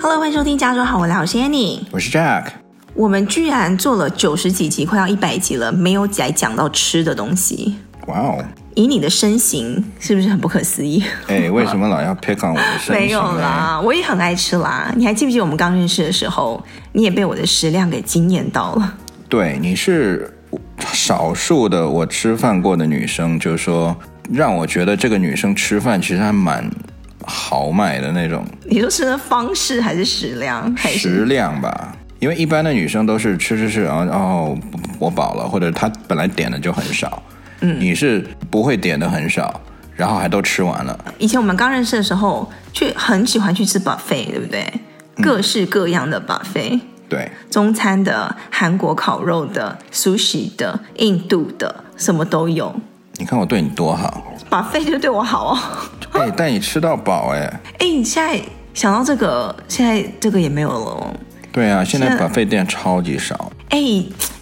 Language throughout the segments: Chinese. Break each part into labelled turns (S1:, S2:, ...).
S1: Hello，欢迎收听《加州好无聊》，我是 Annie。
S2: 我是 Jack。
S1: 我们居然做了九十几集，快要一百集了，没有来讲到吃的东西。
S2: 哇哦，
S1: 以你的身形，是不是很不可思议？
S2: 哎，为什么老要 pick on 我的身形？
S1: 没有。啦，我也很爱吃啦。你还记不记得我们刚认识的时候，你也被我的食量给惊艳到了？
S2: 对，你是少数的我吃饭过的女生，就是说让我觉得这个女生吃饭其实还蛮豪迈的那种
S1: 你说吃的方式还是食量？还是
S2: 食量吧。因为一般的女生都是吃吃吃，然后哦我饱了，或者她本来点的就很少。嗯，你是不会点的很少，然后还都吃完了。
S1: 以前我们刚认识的时候，却很喜欢去吃 buffet，对不对？
S2: 嗯
S1: 各式各样的 buffet，、
S2: 对，
S1: 中餐的、韩国烤肉的、sushi 的、印度的，什么都有。
S2: 你看我对你 多好。
S1: buffet 就对我好哦。
S2: 哎，带你吃到饱哎。
S1: 哎，你现在想到这个，现在这个也没有了哦。
S2: 对啊，
S1: 现
S2: 现在
S1: 在
S2: 把费店超级少。
S1: 哎，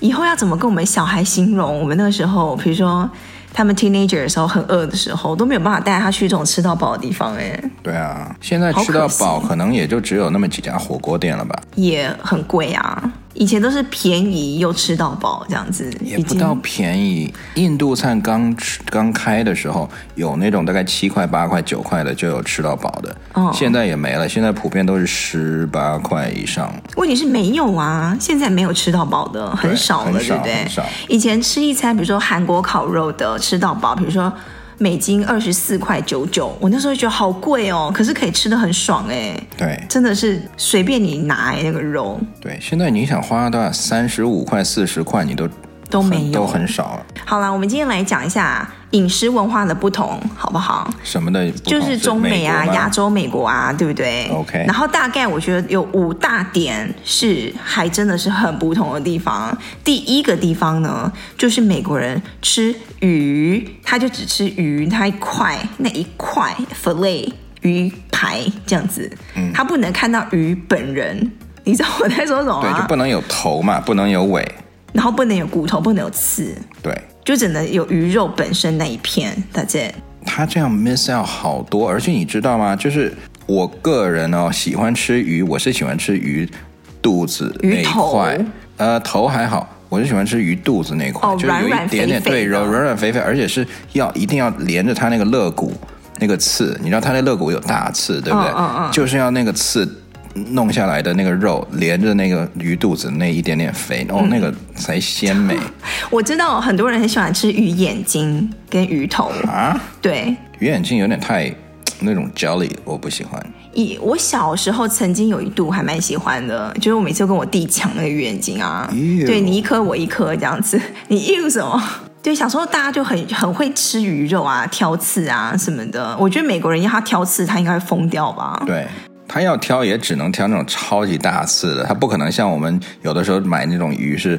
S1: 以后要怎么跟我们小孩形容我们那个时候，比如说他们 teenager 的时候很饿的时候，都没有办法带他去这种吃到饱的地方，哎，
S2: 对啊，现在
S1: 好
S2: 吃到
S1: 可惜
S2: 饱可能也就只有那么几家火锅店了吧，
S1: 也很贵啊。以前都是便宜又吃到饱这样子，
S2: 也
S1: 已
S2: 不
S1: 经
S2: 到便宜。印度菜刚吃刚开的时候，有那种大概七块、八块、九块的就有吃到饱的，
S1: 哦
S2: 现在也没了，现在普遍都是十八块以上。
S1: 问题是没有啊，现在没有吃到饱的，很少了，
S2: 很少
S1: 对不对
S2: 很少？
S1: 以前吃一餐，比如说韩国烤肉的吃到饱，比如说美金二十四块九九，我那时候就觉得好贵哦，可是可以吃的很爽哎、
S2: 对
S1: 真的是随便你拿、哎那个肉
S2: 对，现在你想花到三十五块、四十块，你都
S1: 都没
S2: 很
S1: 有
S2: 都。很少了。
S1: 好啦，我们今天来讲一下饮食文化的不同，好不好？
S2: 什么的不同
S1: 就是中
S2: 美
S1: 美啊、
S2: 国吗
S1: 亚洲、美国啊，对不对
S2: OK
S1: 然后大概我觉得有五大点是还真的是很不同的地方。第一个地方呢，就是美国人吃鱼，他就只吃鱼那一块那一块 fillet 鱼排这样子，
S2: 嗯
S1: 他不能看到鱼本人。你知道我在说什么
S2: 对，就
S1: 吗
S2: 不？能有头嘛，不能有尾，
S1: 然后不能有骨头，不能有刺，
S2: 对。
S1: 就只能有鱼肉本身那一片。大姐，
S2: 他这样 miss out 好多，而且你知道吗？就是我个人哦，喜欢吃鱼，我是喜欢吃鱼肚子那
S1: 鱼
S2: 一
S1: 头
S2: 块，呃，头还好，我是喜欢吃鱼肚子那一块，
S1: 哦
S2: 就是有
S1: 软软
S2: 一点点
S1: 肥肥的
S2: 对软软软肥肥，而且是要一定要连着它那个肋骨那个刺，你知道它那肋骨有大刺，对不对？
S1: 嗯嗯嗯
S2: 就是要那个刺。弄下来的那个肉连着那个鱼肚子那一点点肥，
S1: 嗯
S2: 哦，那个才 鲜美
S1: 我知道很多人很喜欢吃鱼眼睛跟鱼头，
S2: 啊！
S1: 对，
S2: 鱼眼睛有点太那种 jelly，我不喜欢。
S1: 以我小时候曾经有一度还蛮喜欢的，就是我每次都跟我弟抢那个鱼眼睛啊，
S2: Ew
S1: 对你一颗我一颗这样子，你 硬什么？对，小时候大家就很很会吃鱼肉啊，挑刺啊什么的。我觉得美国人要他挑刺，他应该会疯掉吧？
S2: 对，他要挑也只能挑那种超级大刺的，他不可能像我们有的时候买那种鱼是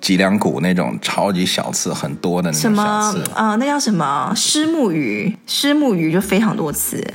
S2: 脊梁骨那种超级小刺很多的那
S1: 什
S2: 种小
S1: 么
S2: 刺。
S1: 呃，那叫什么虱目鱼？虱目鱼就非常多刺，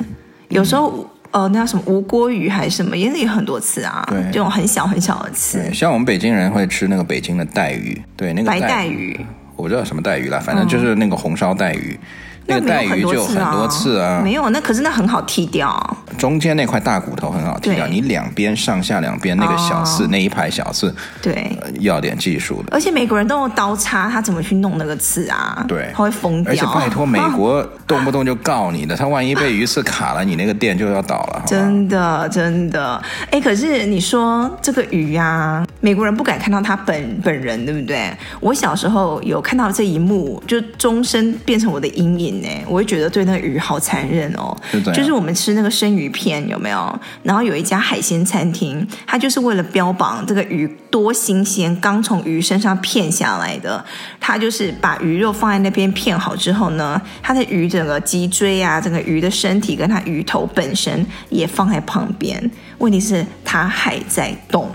S1: 有时候、
S2: 嗯
S1: 呃，那叫什么无锅鱼还是什么，也有很多刺啊，
S2: 对
S1: 这种很小很小的刺，
S2: 对，像我们北京人会吃那个北京的带鱼，对，那个
S1: 白带
S2: 带，
S1: 鱼。
S2: 我不知道什么带鱼啦，反正就是那个红烧带鱼，嗯那个
S1: 没有
S2: 带鱼就有很多刺啊，
S1: 没有，那可是那很好剔掉。
S2: 中间那块大骨头很好剔掉，
S1: 对
S2: 你两边上下两边那个小刺、那一排小刺，
S1: 对，
S2: 呃要点技术的。
S1: 而且美国人都用刀叉，他怎么去弄那个刺啊？
S2: 对
S1: 他会疯掉。
S2: 而且拜托，美国动不动就告你的，他万一被鱼刺卡了，你那个店就要倒了。好吧
S1: 真的真的，哎，可是你说这个鱼啊，美国人不敢看到他本本人，对不对？我小时候有看到这一幕，就终身变成我的阴影呢。我会觉得对那鱼好残忍哦
S2: 是怎，样
S1: 就是我们吃那个生鱼片有没有？然后有一家海鲜餐厅，它就是为了标榜这个鱼多新鲜，刚从鱼身上片下来的，它就是把鱼肉放在那边片好之后呢，它的鱼整个脊椎啊，整个鱼的身体跟它鱼头本身也放在旁边。问题是它还在动，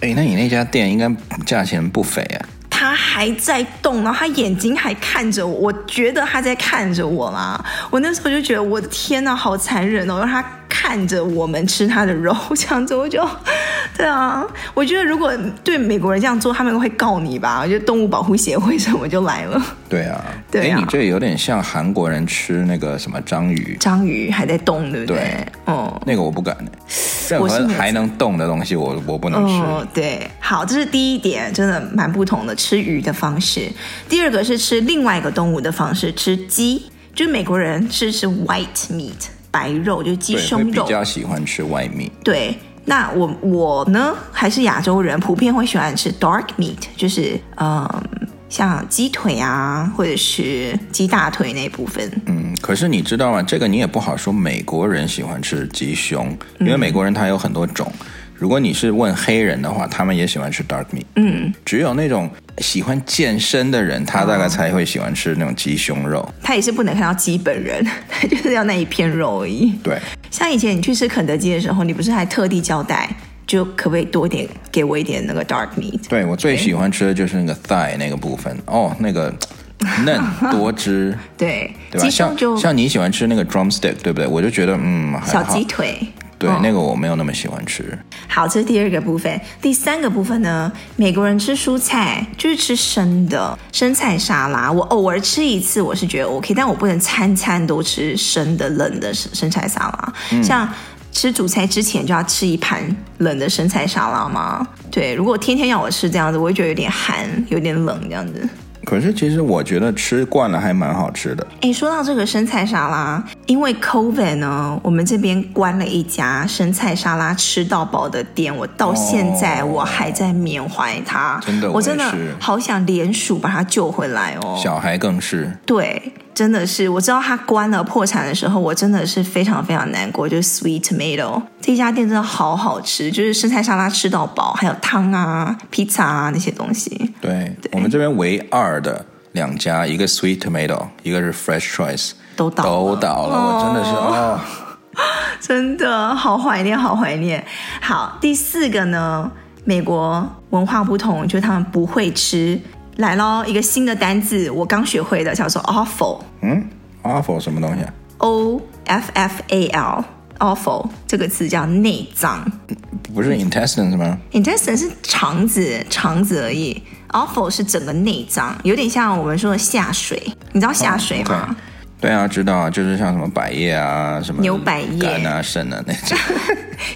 S2: 哎，那你那家店应该价钱不菲啊？
S1: 它还在动，然后它眼睛还看着我，我觉得它在看着我啦。我那时候就觉得我的天呐，好残忍哦，让它看。看着我们吃他的肉，这样子我就，对啊，我觉得如果对美国人这样做，他们会告你吧？我觉得动物保护协会什么就来了，
S2: 对啊，
S1: 对啊
S2: 哎，你这有点像韩国人吃那个什么章鱼，
S1: 章鱼还在动，对不对？
S2: 对
S1: 嗯。
S2: 那个我不敢，任
S1: 我是
S2: 何
S1: 没有
S2: 还能动的东西我我不能吃。
S1: 哦，对，好，这是第一点，真的蛮不同的吃鱼的方式。第二个是吃另外一个动物的方式，吃鸡，就是美国人是吃 white meat 白肉，就是鸡
S2: 对，会
S1: 胸
S2: 比
S1: 肉。
S2: 较喜欢吃外面。
S1: 对，那我我呢，还是亚洲人，普遍会喜欢吃 dark meat，就是嗯，像鸡腿啊，或者是鸡大腿那部分。
S2: 嗯，可是你知道吗？这个你也不好说。美国人喜欢吃鸡胸，
S1: 嗯
S2: 因为美国人他有很多种。如果你是问黑人的话，他们也喜欢吃 dark meat。嗯，只有那种喜欢健身的人，他大概才会喜欢吃那种鸡胸肉。
S1: 他也是不能看到鸡本人， 他就是要那一片肉而已。
S2: 对，
S1: 像以前你去吃肯德基的时候，你不是还特地交代，就可不可以多点给我一点那个 dark meat？
S2: 对我最喜欢吃的就是那个 thigh 那个部分。哦，那 个嫩多汁，
S1: 对，
S2: 对吧？
S1: 鸡胸
S2: 像
S1: 就
S2: 像你喜欢吃那个 drumstick，对不对？我就觉得嗯，还
S1: 小
S2: 好
S1: 鸡。腿。
S2: 对，
S1: 嗯
S2: 那个我没有那么喜欢吃。
S1: 好，这是第二个部分。第三个部分呢，美国人吃蔬菜就是吃生的，生菜沙拉。我偶尔吃一次，我是觉得 OK，但我不能餐餐都吃生的、冷的生生菜沙拉。
S2: 嗯
S1: 像吃主菜之前就要吃一盘冷的生菜沙拉吗？对，如果天天要我吃这样子，我会觉得有点寒，有点冷这样子。
S2: 可是其实我觉得吃惯了还蛮好吃的。
S1: 诶，哎说到这个生菜沙拉，因为 COVID 呢，我们这边关了一家生菜沙拉吃到饱的店，我到现在
S2: 哦
S1: 我还在缅怀它，
S2: 真的
S1: 我
S2: 我也
S1: 真的
S2: 是
S1: 好想联署把它救回来哦。
S2: 小孩更是。
S1: 对，真的是，我知道它关了破产的时候，我真的是非常非常难过。就是 Sweet Tomato 这家店真的好好吃，就是生菜沙拉吃到饱，还有汤啊、披萨啊那些东西。
S2: 对我们这边唯二的两家，一个 Sweet Tomato，一个是 Fresh Choice，
S1: 都倒了
S2: 都倒了，我真的是哦，
S1: 真的好怀念，好怀念。好，第四个呢，美国文化不同，就是他们不会吃。来咯，一个新的单字，我刚学会的，叫做 awful，o
S2: 嗯，awful 什么东西啊？
S1: f f a l，awful 这个词叫内脏
S2: 不
S1: 嗯
S2: 是 intestines 吗？
S1: ，intestine 是肠子，肠子而已，awful 是整个内脏，有点像我们说的下水，你哦知道下水
S2: 对
S1: 吗？，
S2: 对啊，知道啊，就是像什么百叶啊，什么
S1: 牛百叶
S2: 肝啊、肾啊那种。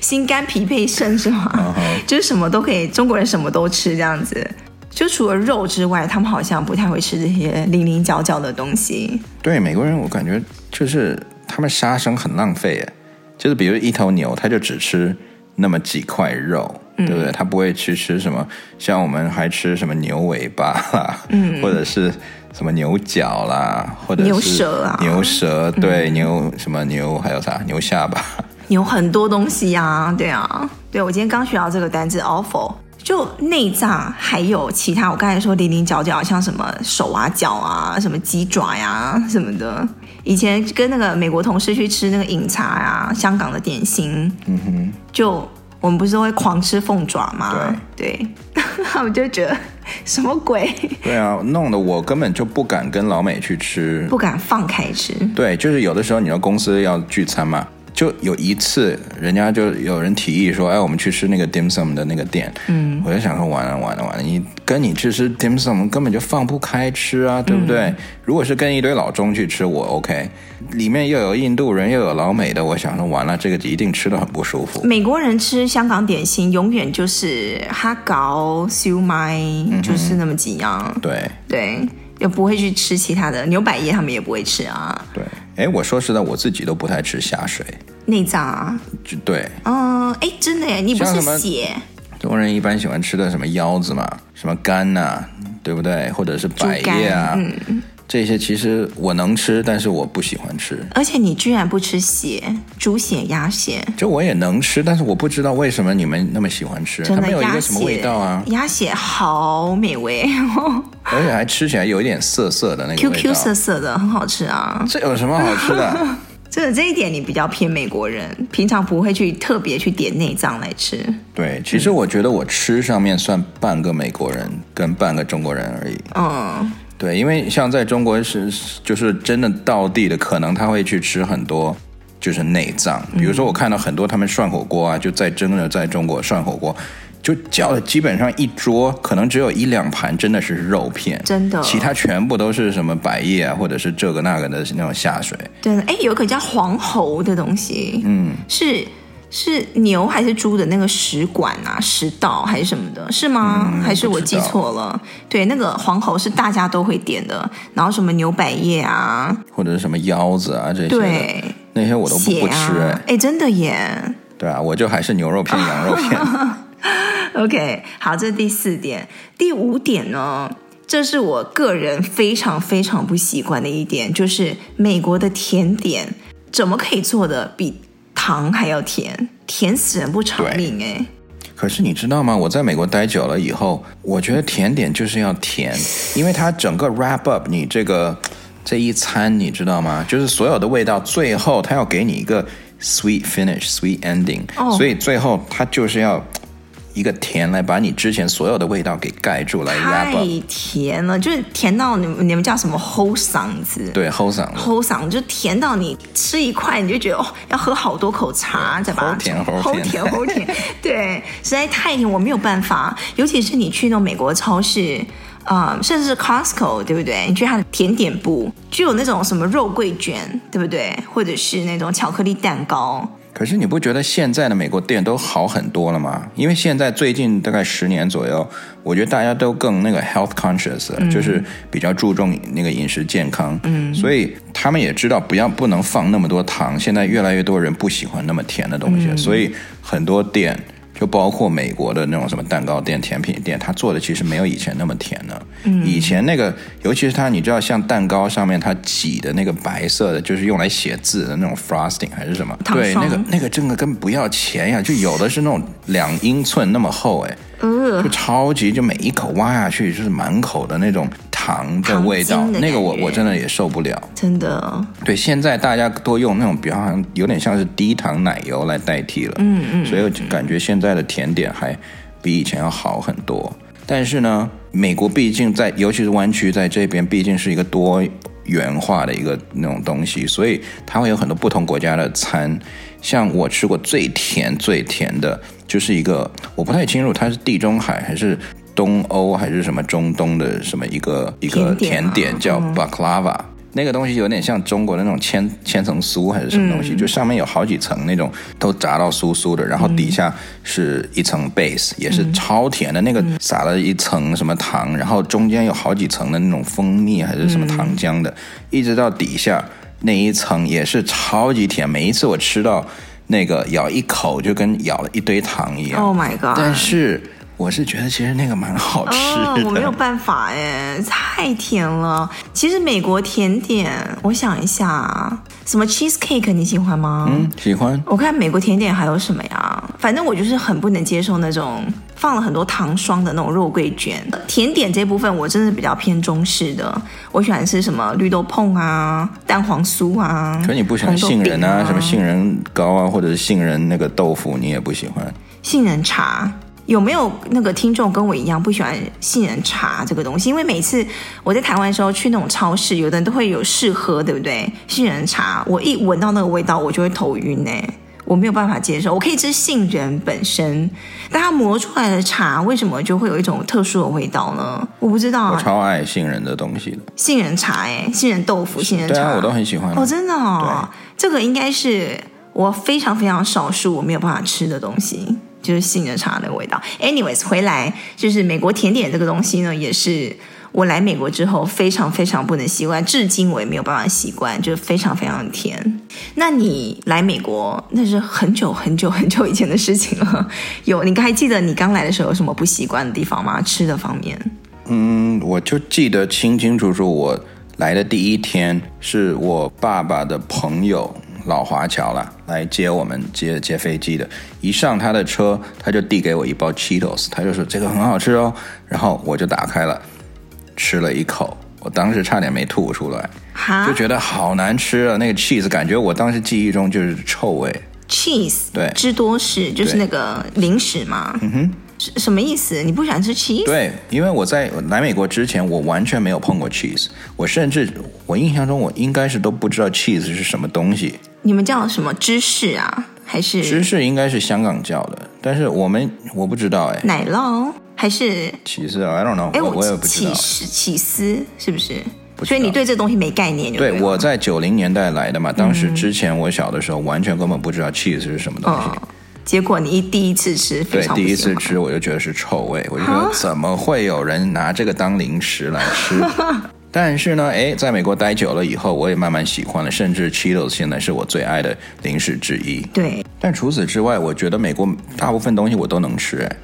S1: 心肝脾肺肾是吗就是什么都可以，中国人什么都吃这样子。就除了肉之外，他们好像不太会吃这些零零角角的东西。
S2: 对美国人，我感觉就是他们杀生很浪费耶，就是比如一头牛，他就只吃那么几块肉，
S1: 嗯
S2: 对不对？他不会去吃什么，像我们还吃什么牛尾巴啦，嗯， 或者是什么牛角啦，或者是
S1: 牛舌啊
S2: 牛舌对、牛什么牛还有啥牛 下巴，
S1: 有很多东西啊，对啊，对我今天刚学到这个单字 awful，就内脏还有其他，我刚才说零零角角，像什么手啊、脚啊、什么鸡爪呀、什么的。以前跟那个美国同事去吃那个饮茶啊，香港的点心，嗯哼，就我们不是都会狂吃凤爪吗？对， 我就觉得什么鬼，
S2: 对啊，弄得我根本就不敢跟老美去吃
S1: 不敢放开吃。
S2: 对，就是有的时候你说公司要聚餐嘛，就有一次人家就有人提议说，哎，我们去吃那个 dim sum 的那个店，嗯，我就想说完了完了完了，你跟你去吃 dim sum 根本就放不开吃啊，对不对？如果是跟一堆老中去吃，我 OK，里面又有印度人又有老美的，我想说完了，这个一定吃的很不舒服。
S1: 美国人吃香港点心，永远就是哈搞、烧麦，
S2: 嗯
S1: 就是那么几样。
S2: 对
S1: 对，也不会去吃其他的牛百叶，他们也不会吃啊，
S2: 对，哎，我说实在，我自己都不太吃虾水，
S1: 内脏啊，
S2: 就对，
S1: 嗯，哎，真的耶，你不
S2: 像
S1: 是
S2: 什么
S1: 血
S2: 中国人一般喜欢吃的什么腰子嘛，什么肝呐、对不对？或者是百叶啊，
S1: 嗯
S2: 这些其实我能吃，但是我不喜欢吃。
S1: 而且你居然不吃血，猪血、鸭血，
S2: 就我也能吃，但是我不知道为什么你们那么喜欢吃，它
S1: 真的
S2: 没有一
S1: 鸭
S2: 个什么
S1: 血，
S2: 味道啊，
S1: 鸭血好美味
S2: 而且还吃起来有一点涩涩的那个
S1: ，Q
S2: 味道。
S1: Q 涩涩的，很好吃啊。
S2: 这有什么好吃的？
S1: 真的这一点你比较偏美国人，平常不会去特别去点内脏来吃。
S2: 对，其实我觉得我吃上面算半个美国人跟半个中国人而已。
S1: 嗯，
S2: 对，因为像在中国是就是真的到地的，可能他会去吃很多，就是内脏。比如说，
S1: 嗯
S2: 我看到很多他们涮火锅啊，就在真的在中国涮火锅，就叫了基本上一桌，可能只有一两盘真的是肉片，
S1: 真的
S2: 其他全部都是什么百叶啊，或者是这个那个的那种下水。
S1: 对，哎，有一个叫黄喉的东西，嗯，是是牛还是猪的那个食管啊、食道还是什么的，是吗？
S2: 嗯
S1: 还是我记错了？对，那个黄喉是大家都会点的，然后什么牛百叶啊，
S2: 或者是什么腰子啊这些的，
S1: 对，
S2: 那些我都不
S1: 血
S2: 不吃、
S1: 啊
S2: 哎，
S1: 哎，真的耶。
S2: 对啊，我就还是牛肉片、羊肉片。
S1: OK，好，这是第四点。第五点呢，这是我个人非常非常不习惯的一点，就是美国的甜点怎么可以做的比糖还要甜，甜死人不偿命哎、
S2: 可是你知道吗？我在美国待久了以后，我觉得甜点就是要甜，因为它整个 wrap up 你这个这一餐，你知道吗？就是所有的味道，最后它要给你一个 sweet finish，sweet ending，、
S1: 哦
S2: 所以最后它就是要一个甜来把你之前所有的味道给盖住来 wrap up，
S1: 太甜了，就是甜到你们你们叫什么齁嗓子。
S2: 对齁嗓子。
S1: 齁嗓就甜到你吃一块，你就觉得哦，要喝好多口茶，再把它
S2: 齁甜
S1: 齁
S2: 齁
S1: 甜
S2: 甜
S1: 齁 甜，对，实在太甜，我没有办法。尤其是你去那种美国超市，呃，甚至是 Costco，对不对？你去它的甜点部，就有那种什么肉桂卷，对不对？或者是那种巧克力蛋糕，
S2: 可是你不觉得现在的美国店都好很多了吗？因为现在最近大概十年左右，我觉得大家都更那个 health conscious，了、就是比较注重那个饮食健康。嗯，所以他们也知道不要不能放那么多糖。现在越来越多人不喜欢那么甜的东西，所以很多店。就包括美国的那种什么蛋糕店、甜品店，它做的其实没有以前那么甜了。嗯，以前那个，尤其是它，你知道，像蛋糕上面它挤的那个白色的，就是用来写字的那种 frosting 还是什么？
S1: 糖
S2: 对，
S1: 霜
S2: 那个那个真的根本不要钱呀，就有的是那种两英寸那么厚，哎，
S1: 呃
S2: 就，超级，就每一口挖下去就是满口的那种糖的味道
S1: 糖，精的
S2: 那个我
S1: 感觉
S2: 我真的也受不了。
S1: 真的，
S2: 对，现在大家都用那种比较好像有点像是低糖奶油来代替了，嗯嗯，所以我就感觉现在的甜点还比以前要好很多。但是呢，美国毕竟在，尤其是湾区在这边，毕竟是一个多元化的一个那种东西，所以它会有很多不同国家的餐。像我吃过最甜最甜的，就是一个我不太清楚它是地中海还是东欧还是什么中东的什么一个一个
S1: 甜点啊
S2: 甜点叫 baklava，、那个东西有点像中国的那种千千层酥还是什么
S1: 嗯
S2: 东西，就上面有好几层那种都炸到酥酥的，然后底下是一层 base，、也
S1: 嗯
S2: 是超甜的，那个撒了一层什么糖，然后中间有好几层的那种蜂蜜还是什么糖浆的，一直到底下那一层也是超级甜，每一次我吃到。那个咬一口就跟咬了一堆糖一样
S1: Oh my god
S2: 但是我是觉得其实那个蛮好吃的。
S1: 啊，我没有办法哎，太甜了。其实美国甜点，我想一下啊，什么 cheesecake 你喜欢吗？
S2: 嗯，喜欢。
S1: 我看美国甜点还有什么呀？反正我就是很不能接受那种放了很多糖霜的那种肉桂卷。甜点这部分我真的比较偏中式的，我喜欢吃什么绿豆椪啊、蛋黄酥啊。
S2: 可你不喜欢
S1: 红豆
S2: 杏仁啊，
S1: 饼
S2: 什么杏仁糕啊，或者是杏仁那个豆腐，你也不喜欢。
S1: 杏仁茶。有没有那个听众跟我一样不喜欢杏仁茶这个东西？因为每次我在台湾的时候去那种超市，有的人都会有试喝，对不对？杏仁茶，我一闻到那个味道，我就会头晕哎、我没有办法接受。我可以吃杏仁本身，但它磨出来的茶为什么就会有一种特殊的味道呢？我不知道
S2: 我
S1: 啊。
S2: 超爱杏仁的东西的，
S1: 杏仁茶哎、杏仁豆腐、杏仁
S2: 对
S1: 茶，
S2: 啊，我都很喜欢啊。
S1: 哦，真的哦，这个应该是我非常非常少数我没有办法吃的东西，就是杏仁茶的味道。Anyways，回来就是美国甜点这个东西呢，也是我来美国之后非常非常不能习惯，至今我也没有办法习惯，就是非常非常甜。那你来美国那是很久很久很久以前的事情了，有你还记得你刚来的时候有什么不习惯的地方吗？吃的方面？
S2: 嗯，我就记得清清楚楚，我来的第一天是我爸爸的朋友老华侨啦，来接我们接接飞机的。一上他的车，他就递给我一包 Cheetos，他就说这个很好吃哦，然后我就打开了，吃了一口，我当时差点没吐出来。
S1: 哈
S2: 就觉得好难吃啊！那个 cheese 感觉我当时记忆中就是臭味，
S1: cheese
S2: 对
S1: 芝多士就是
S2: 对
S1: 那个零食嘛。嗯哼，是什么意思？你不喜欢吃 cheese？
S2: 对，因为我在来美国之前，我完全没有碰过 cheese，我甚至我印象中我应该是都不知道 cheese 是什么东西。
S1: 你们叫什么芝士啊？还是
S2: 芝士应该是香港叫的，但是我们我不知道哎。
S1: 奶酪？还是
S2: 起司，I don't know，
S1: 哎，
S2: 我我也
S1: 我
S2: 不知
S1: 起
S2: 道。
S1: 司起司是不是？
S2: 不知
S1: 所
S2: 道
S1: 以你对这东西没概念就
S2: 对，
S1: 了
S2: 我在九零年代来的嘛，当时之前我小的时候完全根本不知道 cheese 是什么东西。
S1: 嗯，结果你一第一次吃，非
S2: 对，
S1: 常
S2: 第
S1: 不啊
S2: 一
S1: 喜
S2: 次
S1: 欢
S2: 吃我就觉得是臭味，我就觉得怎么会有人拿这个当零食来 吃？但是呢，哎，在美国待久了以后，我也慢慢喜欢了，甚至 Cheetos 现在是我最爱的零食之一。
S1: 对，
S2: 但除此之外，我觉得美国大部分东西我都能吃，哎，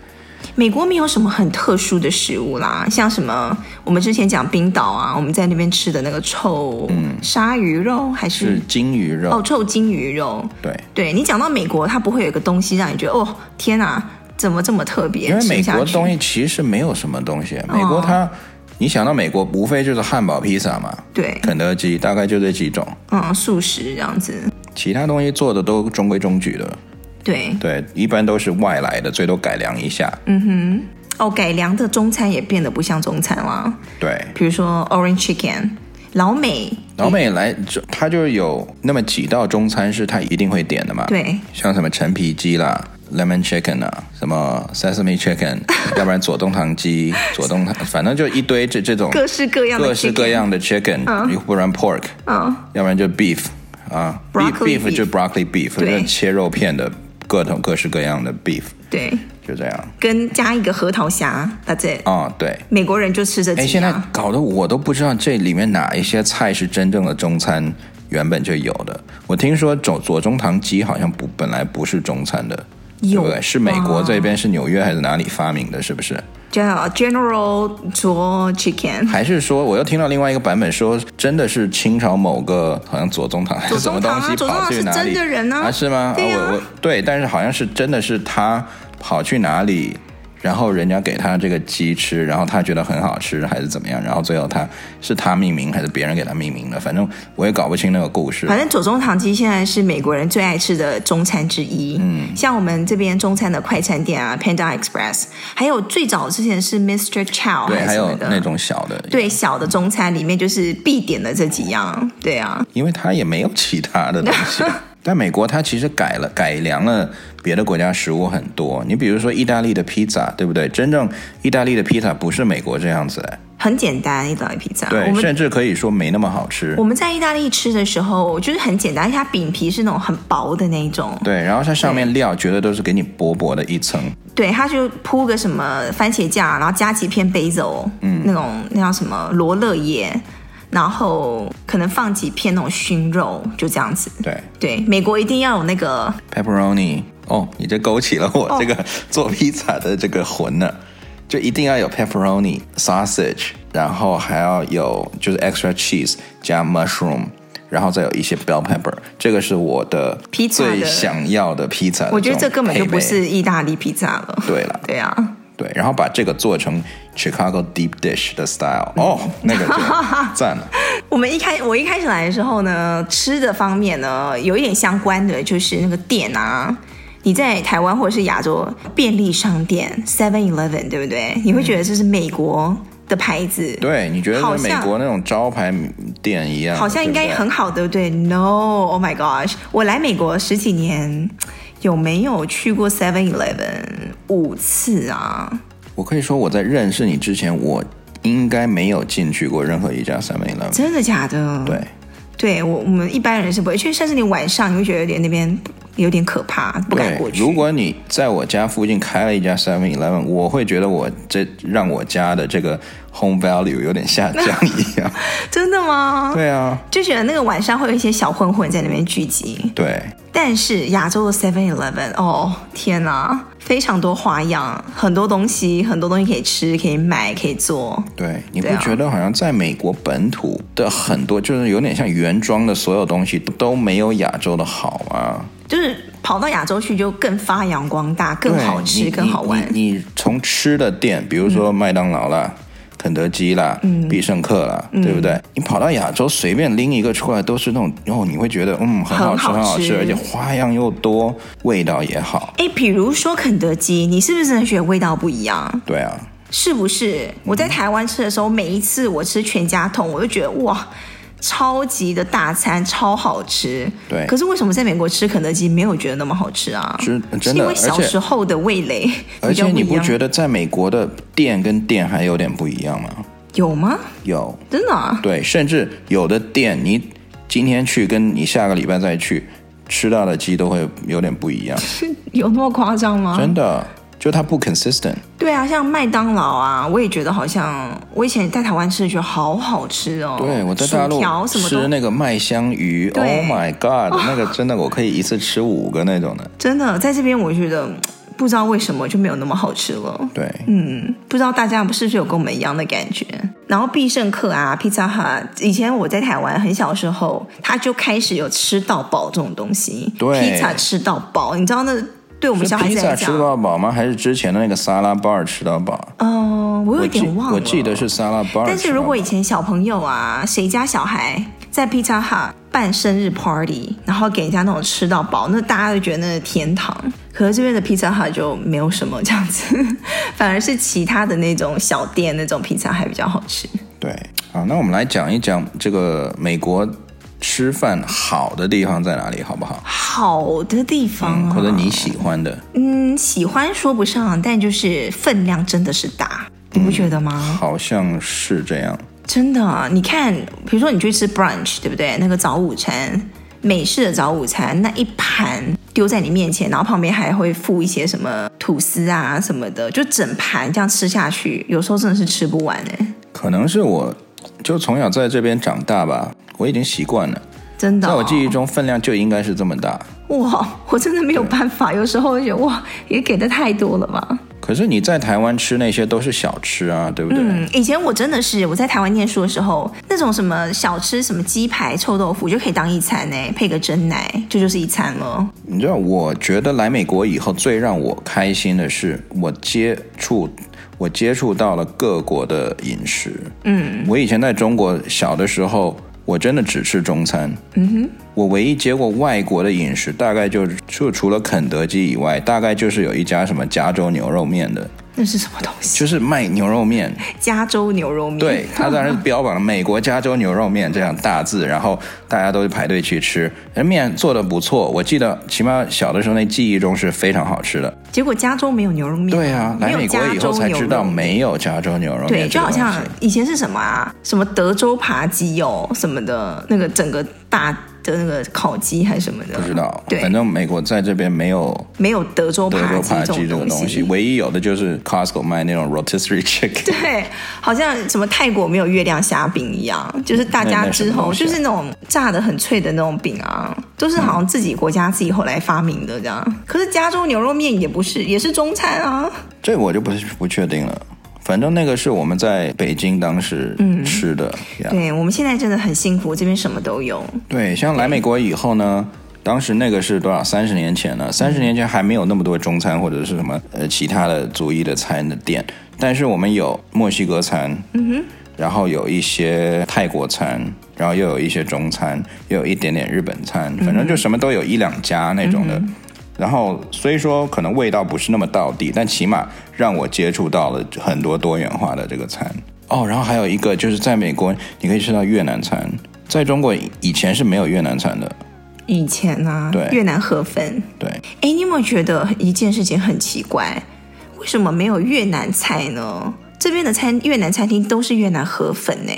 S1: 美国没有什么很特殊的食物啦，像什么我们之前讲冰岛啊，我们在那边吃的那个臭鲨鱼肉还
S2: 嗯是
S1: 是
S2: 金鱼肉，
S1: 哦臭金鱼肉。
S2: 对。
S1: 对你讲到美国，它不会有一个东西让你觉得哦天哪，怎么这么特别？
S2: 因为
S1: 吃不
S2: 美
S1: 下
S2: 国
S1: 去
S2: 东西其实没有什么东西，
S1: 嗯
S2: 美国它，你想到美国无非就是汉堡、披萨嘛，
S1: 对，
S2: 肯德基大概就这几种，
S1: 嗯，素食这样子，
S2: 其他东西做的都中规中矩的，
S1: 对，
S2: 对，一般都是外来的，最多改良一下，
S1: 哦，改良的中餐也变得不像中餐啦，
S2: 对。
S1: 比如说 Orange Chicken，老美，
S2: 老美来，就它就有那么几道中餐是他一定会点的嘛，，
S1: 对，
S2: 像什么陈皮鸡啦。Lemon chicken 啊，什么 sesame chicken，要不然左宗棠鸡， 左宗棠，反正就一堆这这种
S1: 各式各样的
S2: 各式各
S1: chicken
S2: 样的 chicken，要嗯不然 pork，要不然就 beef 啊
S1: Broccoli
S2: beef 就 broccoli beef，
S1: 对
S2: 就是切肉片的各种各式各样的 beef，
S1: 对，
S2: 就这样
S1: 跟加一个核桃虾，That's it。
S2: 啊、对。
S1: 美国人就吃这
S2: 哎，
S1: 几
S2: 现在
S1: 样，
S2: 搞得我都不知道这里面哪一些菜是真正的中餐原本就有的。我听说左左宗棠鸡好像不本来不是中餐的，对
S1: 有
S2: 不对？是美国这边是纽约还是哪里发明的？是不是？
S1: 叫 General 做 Chicken，
S2: 还是说我又听到另外一个版本说，真的是清朝某个好像左宗棠还是什么东西
S1: 左宗
S2: 跑
S1: 棠啊
S2: 去
S1: 左
S2: 哪
S1: 宗棠是真
S2: 里
S1: 的人啊
S2: 是吗？
S1: 对啊
S2: 我我对，但是好像是真的是他跑去哪里，然后人家给他这个鸡吃，然后他觉得很好吃还是怎么样，然后最后他是他命名还是别人给他命名的，反正我也搞不清那个故事。
S1: 反正左宗棠鸡现在是美国人最爱吃的中餐之一。嗯，像我们这边中餐的快餐店啊，Panda Express，还有最早之前是 Mr. Chow，
S2: 对，还
S1: 是什
S2: 有
S1: 么的
S2: 那种小的，
S1: 对小的中餐里面就是必点的这几
S2: 嗯
S1: 样。对啊，
S2: 因为它也没有其他的东西。 但美国它其实改了改良了别的国家食物很多，你比如说意大利的披萨，对不对？真正意大利的披萨不是美国这样子的，
S1: 很简单一道披萨。我
S2: 对，
S1: 们
S2: 甚至可以说没那么好吃
S1: 我。们在意大利吃的时候，就是很简单，而且它饼皮是那种很薄的那一种。
S2: 对，然后它上面料绝对都是给你薄薄的一层，
S1: 对，它就铺个什么番茄酱，然后加几片 basil，嗯，那种那叫什么罗勒叶，然后可能放几片那种熏肉，就这样子。
S2: 对
S1: 对，美国一定要有那个，
S2: ，pepperoni。哦，你这勾起了
S1: 哦
S2: 我这个做披萨的这个魂呢，就一定要有 pepperoni sausage，然后还要有就是 extra cheese 加 mushroom。然后再有一些 bell pepper，这个是我的
S1: Pizza 的
S2: 最想要的披萨。
S1: 我觉得这根本就不是意大利披萨了。
S2: 对了，
S1: 对啊，
S2: 对，然后把这个做成 Chicago deep dish 的 style，哦，那 个就赞了。
S1: 我们一开我一开始来的时候呢，吃的方面呢有一点相关的，就是那个店啊。你在台湾或者是亚洲便利商店 Seven Eleven，对不对？你会觉得这是美国的牌子，
S2: 对，你觉得
S1: 好
S2: 跟美
S1: 像
S2: 国那种招牌店一样，
S1: 好像应该
S2: 对不对
S1: 很好，对不对？No，Oh my gosh！我来美国十几年，有没有去过 Seven Eleven 五次啊？
S2: 我可以说我在认识你之前，我应该没有进去过任何一家 Seven Eleven。
S1: 真的假的？
S2: 对，
S1: 对，我我们一般人是不会去，甚至你晚上你会觉得有点那边有点可怕，不敢过
S2: 对，
S1: 去。
S2: 如果你在我家附近开了一家 Seven Eleven，我会觉得我这让我家的这个 home value 有点下降 一样。
S1: 真的吗？
S2: 对啊，
S1: 就觉得那个晚上会有一些小混混在那边聚集，
S2: 对，
S1: 但是亚洲的 Seven Eleven，哦天哪，非常多花样，很多东西，很多东西可以吃，可以买，可以做。
S2: 对，你不
S1: 对啊
S2: 觉得好像在美国本土的很多，就是有点像原装的所有东西都没有亚洲的好吗？
S1: 就是跑到亚洲去就更发扬光大，更
S2: 对
S1: 好
S2: 你
S1: 吃，更好玩。嗯
S2: 你你你从吃的店，比如说麦当劳啦、肯德基啦，必胜客啦，
S1: 嗯
S2: 对不对？你跑到亚洲随便拎一个出来，都是那种，然、后你会觉得嗯很好吃，
S1: 很
S2: 很
S1: 好
S2: 好
S1: 吃
S2: 吃，而且花样又多，味道也好。
S1: 哎，比如说肯德基，你是不是真的觉得味道不一样？
S2: 对啊，
S1: 是不是？我在台湾吃的时候，每一次我吃全家桶，我就觉得哇，超级的大餐，超好吃。
S2: 对
S1: 可是为什么在美国吃肯德基没有觉得那么好吃啊？
S2: 是真的
S1: 因为小
S2: 而且
S1: 时候的味蕾
S2: 而
S1: 比较
S2: 且你
S1: 不一
S2: 不
S1: 样
S2: 觉得在美国的店跟店还有点不一样吗？
S1: 有吗？
S2: 有，
S1: 真的、啊？
S2: 对，甚至有的店你今天去跟你下个礼拜再去吃到的鸡都会有点不一样，
S1: 有那么夸张吗？
S2: 真的，就它不 consistent。
S1: 对啊，像麦当劳啊，我也觉得好像我以前在台湾吃的觉得好好吃哦。
S2: 对，我在大
S1: 薯
S2: 陆
S1: 条什么
S2: 吃
S1: 都
S2: 那个麦香鱼，Oh
S1: 对哦
S2: my god，那个真的我可以一次吃五个那种的。
S1: 真的，在这边我觉得嗯不知道为什么就没有那么好吃了。
S2: 对，
S1: 嗯，不知道大家是不是有跟我们一样的感觉？然后必胜客啊、披萨哈，以前我在台湾很小时候，他就开始有吃到饱这种东西，
S2: 对
S1: 披萨吃到饱，你知道那对我们
S2: 是
S1: 小孩
S2: 披
S1: 子
S2: 萨
S1: 来
S2: 吃
S1: 讲，
S2: 到饱吗？还是之前的那个沙拉 bar 吃到饱？
S1: 嗯、我有
S2: 我记
S1: 点忘了
S2: 我记得是沙拉 bar 吃到饱。
S1: 但是如果以前小朋友啊，谁家小孩在 Pizza Hut 办生日 party，然后给人家那种吃到饱，那大家就觉得那是天堂。可是这边的 Pizza Hut 就没有什么这样子， 反而是其他的那种小店那种 Pizza 还比较好吃。
S2: 对，好，那我们来讲一讲这个美国吃饭好的地方在哪里，好不好？
S1: 好的地方、
S2: 嗯，
S1: 啊，
S2: 或者你喜欢的。
S1: 嗯喜欢说不上，但就是分量真的是大，你不觉得吗？
S2: 好像是这样。
S1: 真的啊，你看，比如说你去吃 brunch，对不对？那个早午餐，美式的早午餐，那一盘丢在你面前，然后旁边还会附一些什么吐司啊什么的，就整盘这样吃下去，有时候真的是吃不完哎、
S2: 可能是我就从小在这边长大吧，我已经习惯了。
S1: 真的、
S2: 在
S1: 哦。
S2: 我记忆中，分量就应该是这么大。
S1: 哇，我真的没有办法，有时候我觉得哇，也给的太多了吧。
S2: 可是你在台湾吃那些都是小吃啊，对不对？
S1: 嗯，以前我真的是我在台湾念书的时候，那种什么小吃，什么鸡排、臭豆腐就可以当一餐哎、配个蒸奶，这就是一餐了。
S2: 你知道，我觉得来美国以后最让我开心的是，我接触我接触到了各国的饮食。嗯，我以前在中国小的时候，我真的只吃中餐。嗯哼，我唯一接过外国的饮食，大概就是就除了肯德基以外，大概就是有一家什么加州牛肉面的，
S1: 那是什么东西？
S2: 就是卖牛肉面。
S1: 加州牛肉面。
S2: 对，它当然标榜了美国加州牛肉面这样大字，然后大家都排队去吃，人面做的不错，我记得起码小的时候那记忆中是非常好吃的。
S1: 结果加州没有牛肉面。
S2: 对啊，
S1: 嗯没
S2: 来
S1: 有
S2: 美国以后才知道没
S1: 有
S2: 有加州牛肉
S1: 加州牛肉面。对，
S2: 面
S1: 就
S2: 这
S1: 好
S2: 个东西。
S1: 像以前是什么啊？什么德州扒鸡哦，什么的，那个整个大的那个烤鸡还是什么的，
S2: 不知道，
S1: 对
S2: 反，正美国在这边没有
S1: 没有德州
S2: 德
S1: 扒
S2: 州扒
S1: 鸡
S2: 鸡这种东
S1: 东
S2: 西，。唯一有的就是 Costco 卖那种 rotisserie chicken。
S1: 对，好像什么泰国没有月亮虾饼一样，就是大
S2: 那
S1: 家
S2: 那什么
S1: 之后
S2: 东西啊
S1: 就是那种炸的很脆的那种饼啊，都是好像自己国家自己后来发明的这样。可是加州牛肉面也不是，也是中餐啊。
S2: 这个我就不不确定了。反正那个是我们在北京当时
S1: 嗯
S2: 吃的，呀。
S1: 对我们现在真的很幸福，这边什么都有。
S2: 对，像来美国以后呢，当时那个是多少？三十年前呢？三十年前还没有那么多中餐或者是什么呃其他的族裔的餐的店，但是我们有墨西哥餐，嗯哼，然后有一些泰国餐，然后又有一些中餐，又有一点点日本餐，反正就什么都有一两家那种的。然后虽说可能味道不是那么到地，但起码让我接触到了很多多元化的这个餐哦。然后还有一个就是在美国，你可以吃到越南餐，在中国以前是没有越南餐的。
S1: 以前啊
S2: 对，
S1: 越南河粉。
S2: 对，
S1: 哎，你有没有觉得一件事情很奇怪？为什么没有越南菜呢？这边的餐越南餐厅都是越南河粉呢、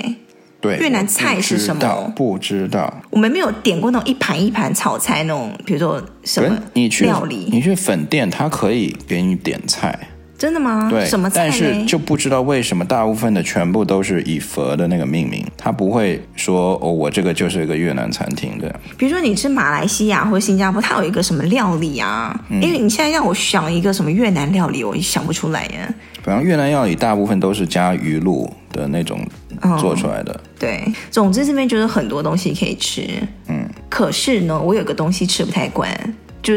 S2: 对，
S1: 越南菜是什么
S2: 我不知道，不知道。
S1: 我们没有点过那种一盘一盘炒菜那种，比如说什
S2: 可
S1: 么
S2: 是你去
S1: 料理，
S2: 你去粉店，它可以给你点菜，
S1: 真的吗？
S2: 对，
S1: 啊什么菜
S2: 但是
S1: 嘞？
S2: 就不知道为什么大部分的全部都是以佛的那个命名，它不会说哦，我这个就是一个越南餐厅的。
S1: 比如说你吃马来西亚或新加坡，它有一个什么料理啊？
S2: 嗯
S1: 因为你现在让我想一个什么越南料理，我也想不出来耶。
S2: 反正越南料理大部分都是加鱼露的那种
S1: 哦
S2: 做出来的。
S1: 对，总之这边就是很多东西可以吃，嗯，可是呢，我有个东西吃不太惯，就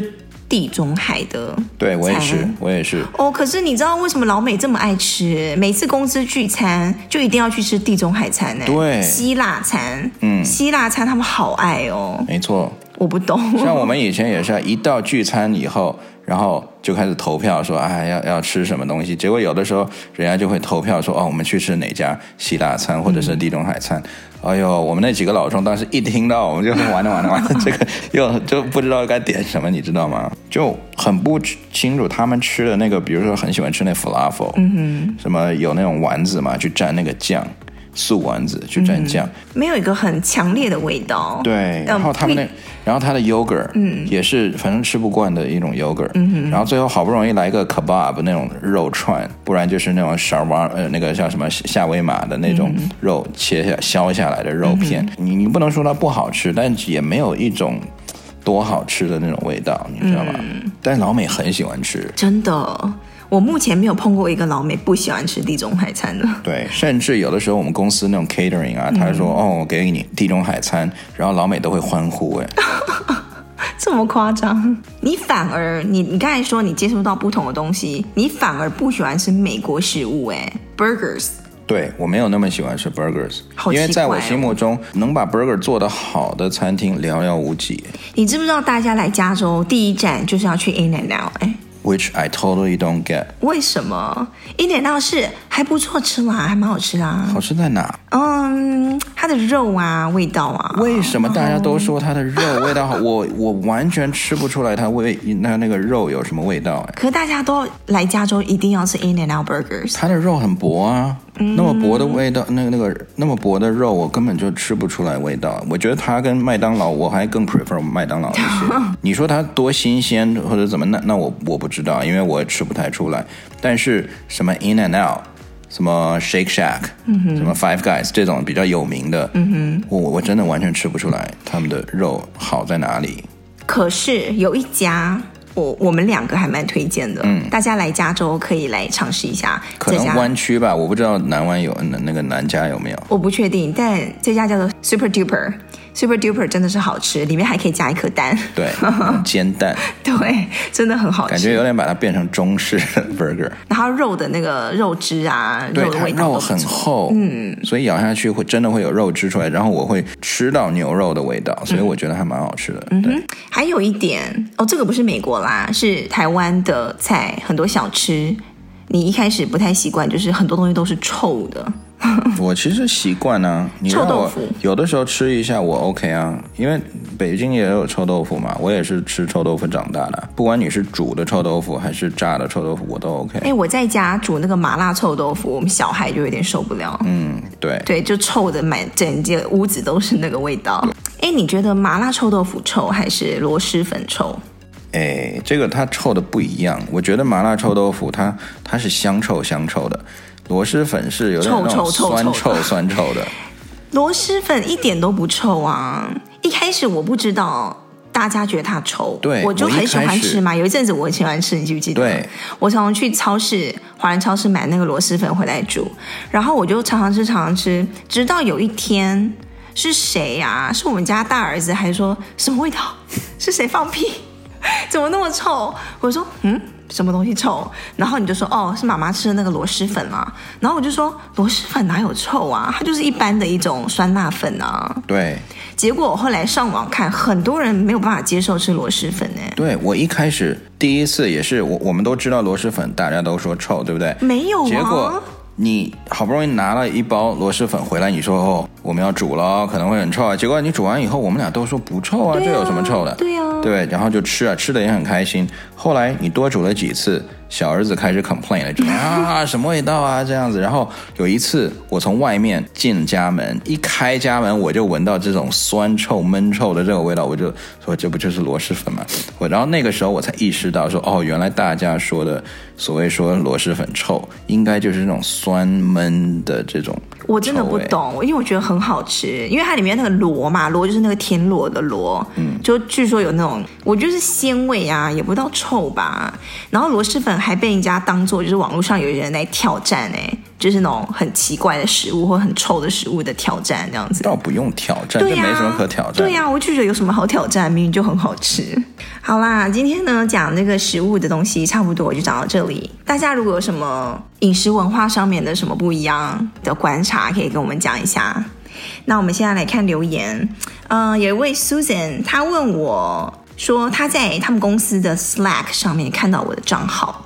S1: 地中海的餐。
S2: 对我也是，我也是。
S1: 哦，可是你知道为什么老美这么爱吃？每次公司聚餐就一定要去吃地中海餐呢、
S2: 对
S1: 希腊餐，嗯，希腊餐他们好爱哦，
S2: 没错，
S1: 我不懂。
S2: 像我们以前也是，一到聚餐以后，然后就开始投票说，哎，要要吃什么东西。结果有的时候人家就会投票说，哦，我们去吃哪家希腊餐或者是地中海餐。哎呦，我们那几个老中当时一听到，我们就完了完了完了，这个又就不知道该点什么，你知道吗？就很不清楚他们吃的那个，比如说很喜欢吃那 falafel，嗯什么有那种丸子嘛，去蘸那个酱，素丸子去蘸酱。
S1: 没有一个很强烈的味道。
S2: 对，然后他们那，然后他的 yogurt，嗯，也是反正吃不惯的一种 yogurt，嗯然后最后好不容易来一个 kebab 那种肉串，不然就是那种 s h a w a 呃那个叫什么夏夏威玛的那种肉切下削下来的肉片，你你不能说它不好吃，但也没有一种多好吃的那种味道，你知道吗？但老美很喜欢吃。
S1: 真的，我目前没有碰过一个老美不喜欢吃地中海餐的。
S2: 对，甚至有的时候我们公司那种 catering 啊，他说、哦，我给你地中海餐，然后老美都会欢呼哎，
S1: 这么夸张？你反而你你刚才说你接触到不同的东西，你反而不喜欢吃美国食物哎、b u r g e r s
S2: 对我没有那么喜欢吃 burgers，、
S1: 好奇怪哦
S2: 因为在我心目中，能把 burger 做得好的餐厅寥寥无几
S1: 你知不知道大家来加州第一站就是要去 In and Out 哎、
S2: ，which I totally don't get。
S1: 为什么 In and Out 是还不错吃啦，还蛮好吃啦。
S2: 好吃在哪？
S1: 嗯，它的肉啊，味道啊，
S2: 为什么大家都说它的肉味道好？ 我我完全吃不出来它味那那个肉有什么味道哎。
S1: 可是大家都来加州一定要吃 In and Out Burgers。
S2: 它的肉很薄啊，那么薄的味道，那个那个那么薄的肉，我根本就吃不出来味道。我觉得它跟麦当劳，我还更 prefer 麦当劳一些。你说它多新鲜或者怎么，那那我我不知道，因为我也吃不太出来。但是什么 In and Out。什么 Shake Shack，、什么 Five Guys 这种比较有名的，我我我真的完全吃不出来他们的肉好在哪里。
S1: 可是有一家。我我们两个还蛮推荐的，嗯，大家来加州可以来尝试一下
S2: 可
S1: 这
S2: 能
S1: 家，
S2: 湾区吧，我不知道南湾有那那个南加有没有。
S1: 我不确定，但这家叫做 Super Duper。Super Duper 真的是好吃，里面还可以加一颗蛋，
S2: 对，煎蛋。
S1: 对，真的很好
S2: 感觉
S1: 吃。
S2: 有点把它变成中式 burger，
S1: 然后肉的那个肉汁啊，
S2: 对，
S1: 肉的
S2: 它
S1: 味道都
S2: 肉
S1: 不
S2: 很
S1: 错。
S2: 厚，嗯，所以咬下去会真的会有肉汁出来，然后我会吃到牛肉的味道，
S1: 嗯
S2: 所以我觉得还蛮好吃的。对，
S1: 还有一点哦，这个不是美国啦，是台湾的菜，很多小吃，你一开始不太习惯，就是很多东西都是臭的。
S2: 我其实习惯呢、你
S1: 臭
S2: 让
S1: 豆
S2: 我
S1: 腐
S2: 有的时候吃一下我 OK 啊，因为北京也有臭豆腐嘛，我也是吃臭豆腐长大的，不管你是煮的臭豆腐还是炸的臭豆腐，我都 OK。
S1: 哎，我在家煮那个麻辣臭豆腐，我们小孩就有点受不了。
S2: 嗯，对，
S1: 对，就臭的满整间屋子都是那个味道。哎，你觉得麻辣臭豆腐臭还是螺蛳粉臭？
S2: 哎，这个它臭的不一样。我觉得麻辣臭豆腐它它是香臭香臭的，螺蛳粉是有点
S1: 臭
S2: 那种
S1: 臭臭
S2: 酸
S1: 臭
S2: 臭
S1: 的
S2: 酸臭 的。
S1: 螺蛳粉一点都不臭啊！一开始我不知道。大家觉得它臭，
S2: 对
S1: 我就
S2: 我一
S1: 很喜
S2: 开
S1: 欢
S2: 始
S1: 吃嘛。有一阵子我很喜欢吃，你记不记得？
S2: 对，
S1: 我常常去超市，华人超市买那个螺蛳粉回来煮，然后我就常常吃，常常吃，直到有一天是谁呀、是我们家大儿子还说什么味道？ 是谁放屁？ 怎么那么臭？我说嗯，什么东西臭？然后你就说哦，是妈妈吃的那个螺蛳粉啊。然后我就说螺蛳粉哪有臭啊？它就是一般的一种酸辣粉啊。
S2: 对，
S1: 结果我后来上网看，很多人没有办法接受吃螺蛳粉呢、
S2: 对我一开始第一次也是我我们都知道螺蛳粉大家都说臭，对不对？
S1: 没有啊。
S2: 结果你好不容易拿了一包螺蛳粉回来，你说哦我们要煮了，可能会很臭啊。结果你煮完以后，我们俩都说不臭啊，
S1: 对啊
S2: 这有什么臭的？
S1: 对啊
S2: 对，然后就吃啊，吃的也很开心。后来你多煮了几次，小儿子开始 complain 了，就说啊什么味道啊这样子。然后有一次我从外面进家门，一开家门我就闻到这种酸臭闷臭的这个味道，我就说这不就是螺蛳粉吗？我然后那个时候我才意识到说哦，原来大家说的所谓说螺蛳粉臭，应该就是那种酸闷的这种。
S1: 我真的不懂，因为我觉得很好吃，因为它里面那个螺嘛，螺就是那个田螺的螺，嗯，就据说有那种，我就是鲜味啊，也不到臭吧。然后螺蛳粉还被人家当做就是网络上有人来挑战哎、就是那种很奇怪的食物或很臭的食物的挑战这样子。
S2: 倒不用挑战，
S1: 对
S2: 这
S1: 呀、
S2: 没什么可挑战。
S1: 对呀、我就觉得有什么好挑战，明明就很好吃。好啦，今天呢讲那个食物的东西差不多就讲到这里。大家如果有什么饮食文化上面的什么不一样的观察，可以跟我们讲一下。那我们现在来看留言，嗯、有一位 Susan，她问我说她在他们公司的 Slack 上面看到我的账号，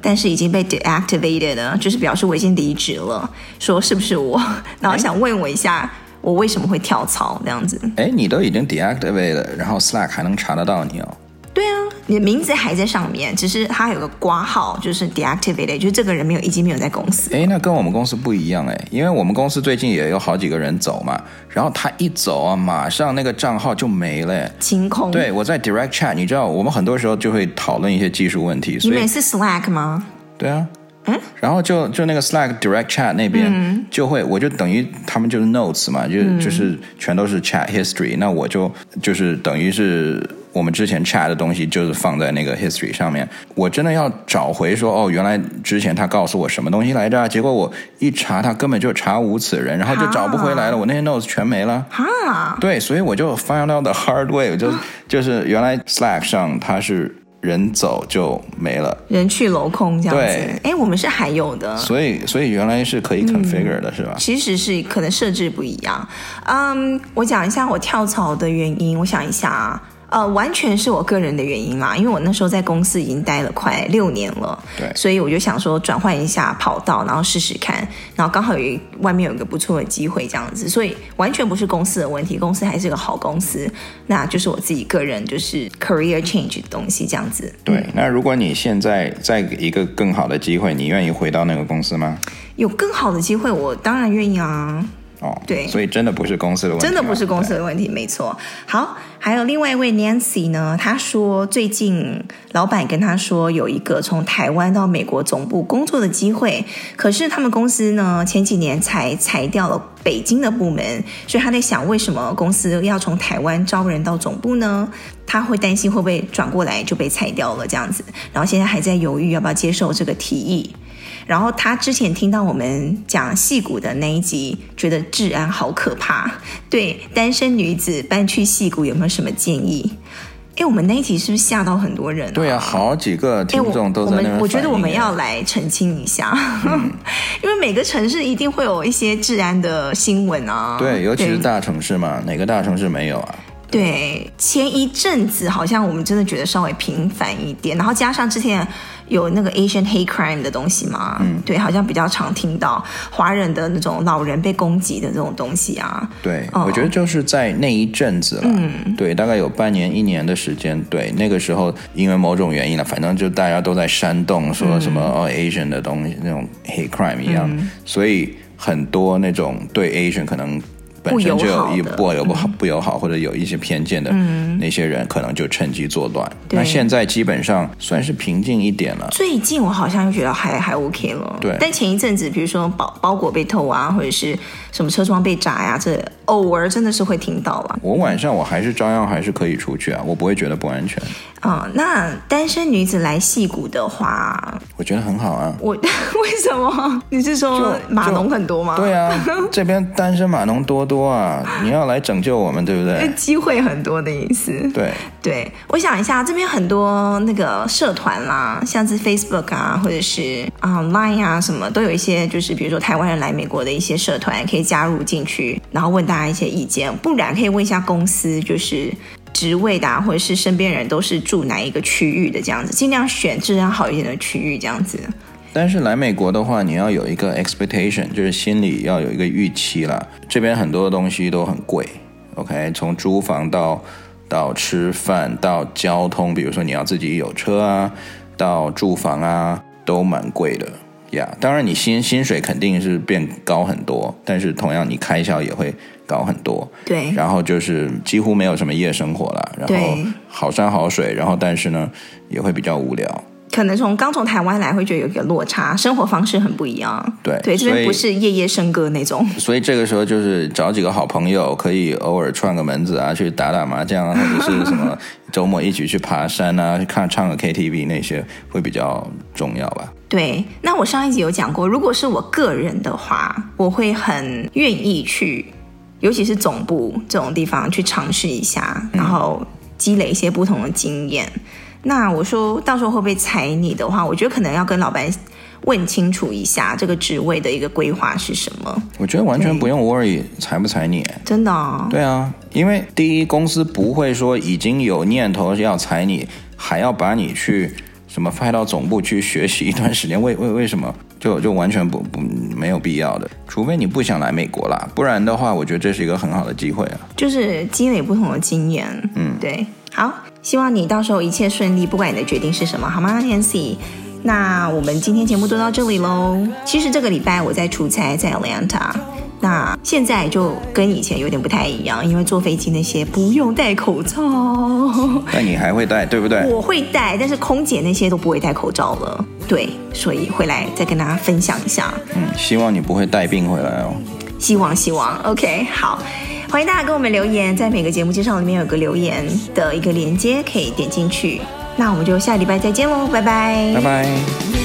S1: 但是已经被 deactivated 了，就是表示我已经离职了，说是不是我？然后想问我一下，我为什么会跳槽这样子？
S2: 哎，你都已经 deactivate 了，然后 Slack 还能查得到你哦。
S1: 对啊，你的名字还在上面，只是它有个挂号，就是 deactivated，就是这个人没有已经没有在公司。
S2: 哎，那跟我们公司不一样哎，因为我们公司最近也有好几个人走嘛，然后他一走啊，马上那个账号就没了。哎
S1: 清空，
S2: 对，我在 Direct Chat，你知道，我们很多时候就会讨论一些技术问题，
S1: 你
S2: 所
S1: 们
S2: 以
S1: 是 Slack 吗？
S2: 对啊，然后就就那个 Slack Direct Chat 那边就会，我就等于他们就是 Notes 嘛，就、就是全都是 Chat History，那我就就是等于是我们之前 Chat 的东西就是放在那个 History 上面。我真的要找回说，哦，原来之前他告诉我什么东西来着啊？结果我一查，他根本就查无此人，然后就找不回来了，我那些 Notes 全没了。
S1: 哈，
S2: 对，所以我就 found out the hard way，就、就是原来 Slack 上它是人走就没了，
S1: 人去楼空这样子
S2: 对。
S1: 哎，我们是还有的，
S2: 所以所以原来是
S1: 嗯
S2: 可以 configure 的，是吧？
S1: 其实是可能设置不一样。嗯，我讲一下我跳槽的原因，我想一下啊。呃，完全是我个人的原因啦，因为我那时候在公司已经待了快六年了，
S2: 对
S1: 所以我就想说转换一下跑道，然后试试看，然后刚好有一外面有一个不错的机会这样子，所以完全不是公司的问题，公司还是个好公司，那就是我自己个人就是 career change 的东西这样子。
S2: 对，那如果你现在在一个更好的机会，你愿意回到那个公司吗？
S1: 有更好的机会，我当然愿意啊。
S2: 哦，
S1: 对
S2: 所以真的不是公司的问题，啊
S1: 真的不是公司。的问题，没错。好，还有另外一位 Nancy 呢，她说最近老板跟她说有一个从台湾到美国总部工作的机会，可是他们公司呢前几年才裁掉了北京的部门，所以她在想为什么公司要从台湾招人到总部呢？她会担心会不会转过来就被裁掉了这样子，然后现在还在犹豫要不要接受这个提议。然后他之前听到我们讲戏骨的那一集，觉得治安好可怕。对单身女子搬去戏骨有没有什么建议？哎，我们那一集是不是吓到很多人、啊？
S2: 对啊，好几个
S1: 哎，
S2: 听
S1: 我
S2: 众都
S1: 我
S2: 在那边
S1: 们我觉得
S2: 反
S1: 我们
S2: 映啊
S1: 要来澄清一下， 因为每个城市一定会有一些治安的新闻啊。
S2: 对，尤其是
S1: 对
S2: 大城市嘛，哪个大城市没有啊？
S1: 对，前一阵子好像我们真的觉得稍微频繁一点，然后加上之前有那个 Asian hate crime 的东西嘛，嗯，对，好像比较常听到华人的那种老人被攻击的这种东西啊，
S2: 对，
S1: 哦嗯
S2: 我觉得就是在那一阵子了，对，大概有半年、一年的时间。对，那个时候因为某种原因了，反正就大家都在煽动
S1: 嗯
S2: 说什么、哦 Asian 的东西，那种 hate crime 一样，所以很多那种对 Asian 可能。本身就有一
S1: 不
S2: 不友不好不友好，或者有一些偏见的那些人，可能就趁机作乱。
S1: 嗯对
S2: 那现在基本上算是平静一点了。
S1: 最近我好像又觉得还还 OK 了，
S2: 对
S1: 但前一阵子，比如说包包裹被偷啊，或者是什么车窗被砸呀、这偶尔真的是会听到啦。
S2: 我晚上我还是照样还是可以出去啊，我不会觉得不安全，
S1: 啊、那单身女子来戏谷的话，
S2: 我觉得很好啊。
S1: 我 为什么？你是说
S2: 就
S1: 码
S2: 就
S1: 农很多吗？
S2: 对啊，这边单身码农多多啊，你要来拯救我们，对不对？
S1: 机会很多的意思。
S2: 对，
S1: 对，我想一下，这边很多那个社团啦，像是 Facebook 啊，或者是啊、Line 啊，什么都有一些，就是比如说台湾人来美国的一些社团可以加入进去，然后问大家一些意见，不然可以问一下公司，就是。职位的、啊，或者是身边人都是住哪一个区域的这样子，尽量选质量好一点的区域这样子。
S2: 但是来美国的话，你要有一个 expectation，就是心里要有一个预期啦。这边很多东西都很贵，OK，从租房到到吃饭到交通，比如说你要自己有车啊，到住房啊，都蛮贵的呀。当然，你薪薪水肯定是变高很多，但是同样你开销也会高很多。
S1: 对，
S2: 然后就是啊几乎没有什么夜生活了，然后
S1: 对
S2: 好山好水，然后但是呢也会比较无聊，
S1: 可能从刚从台湾来会觉得有一个落差，生活方式很不一样。
S2: 对
S1: 对，这
S2: 所
S1: 边
S2: 以
S1: 不是夜夜笙歌那种。
S2: 所以这个时候就是找几个好朋友，可以偶尔串个门子啊，去打打麻将啊，或者是 什么周末一起去爬山啊，去看唱个 KTV 那些会比较重要吧。
S1: 对，那我上一集有讲过，如果是我个人的话，我会很愿意去，尤其是总部这种地方去尝试一下，然后积累一些不同的经验。那我说到时候会不会裁你的话，我觉得可能要跟老板问清楚一下这个职位的一个规划是什么。
S2: 我觉得完全不用 worry 裁不裁你。
S1: 真的、哦，
S2: 对啊，因为第一公司不会说已经有念头要裁你，还要把你去什么派到总部去学习一段时间， 为为为什么？就就完全不不没有必要的，除非你不想来美国啦，不然的话，我觉得这是一个很好的机会啊。
S1: 就是积累不同的经验。嗯，对，好，希望你到时候一切顺利，不管你的决定是什么，好吗，Nancy？那我们今天节目就到这里喽。其实这个礼拜我在出差，在 Atlanta。那现在就跟以前有点不太一样，因为坐飞机那些不用戴口罩，
S2: 但你还会带，对不对？
S1: 我会戴，但是空姐那些都不会戴口罩了。对，所以回来再跟大家分享一下。
S2: 嗯，希望你不会带病回来哦。
S1: 希望希望，OK，好，欢迎大家给我们留言，在每个节目介绍里面有个留言的一个连接，可以点进去。那我们就下礼拜再见喽，拜拜
S2: 拜拜。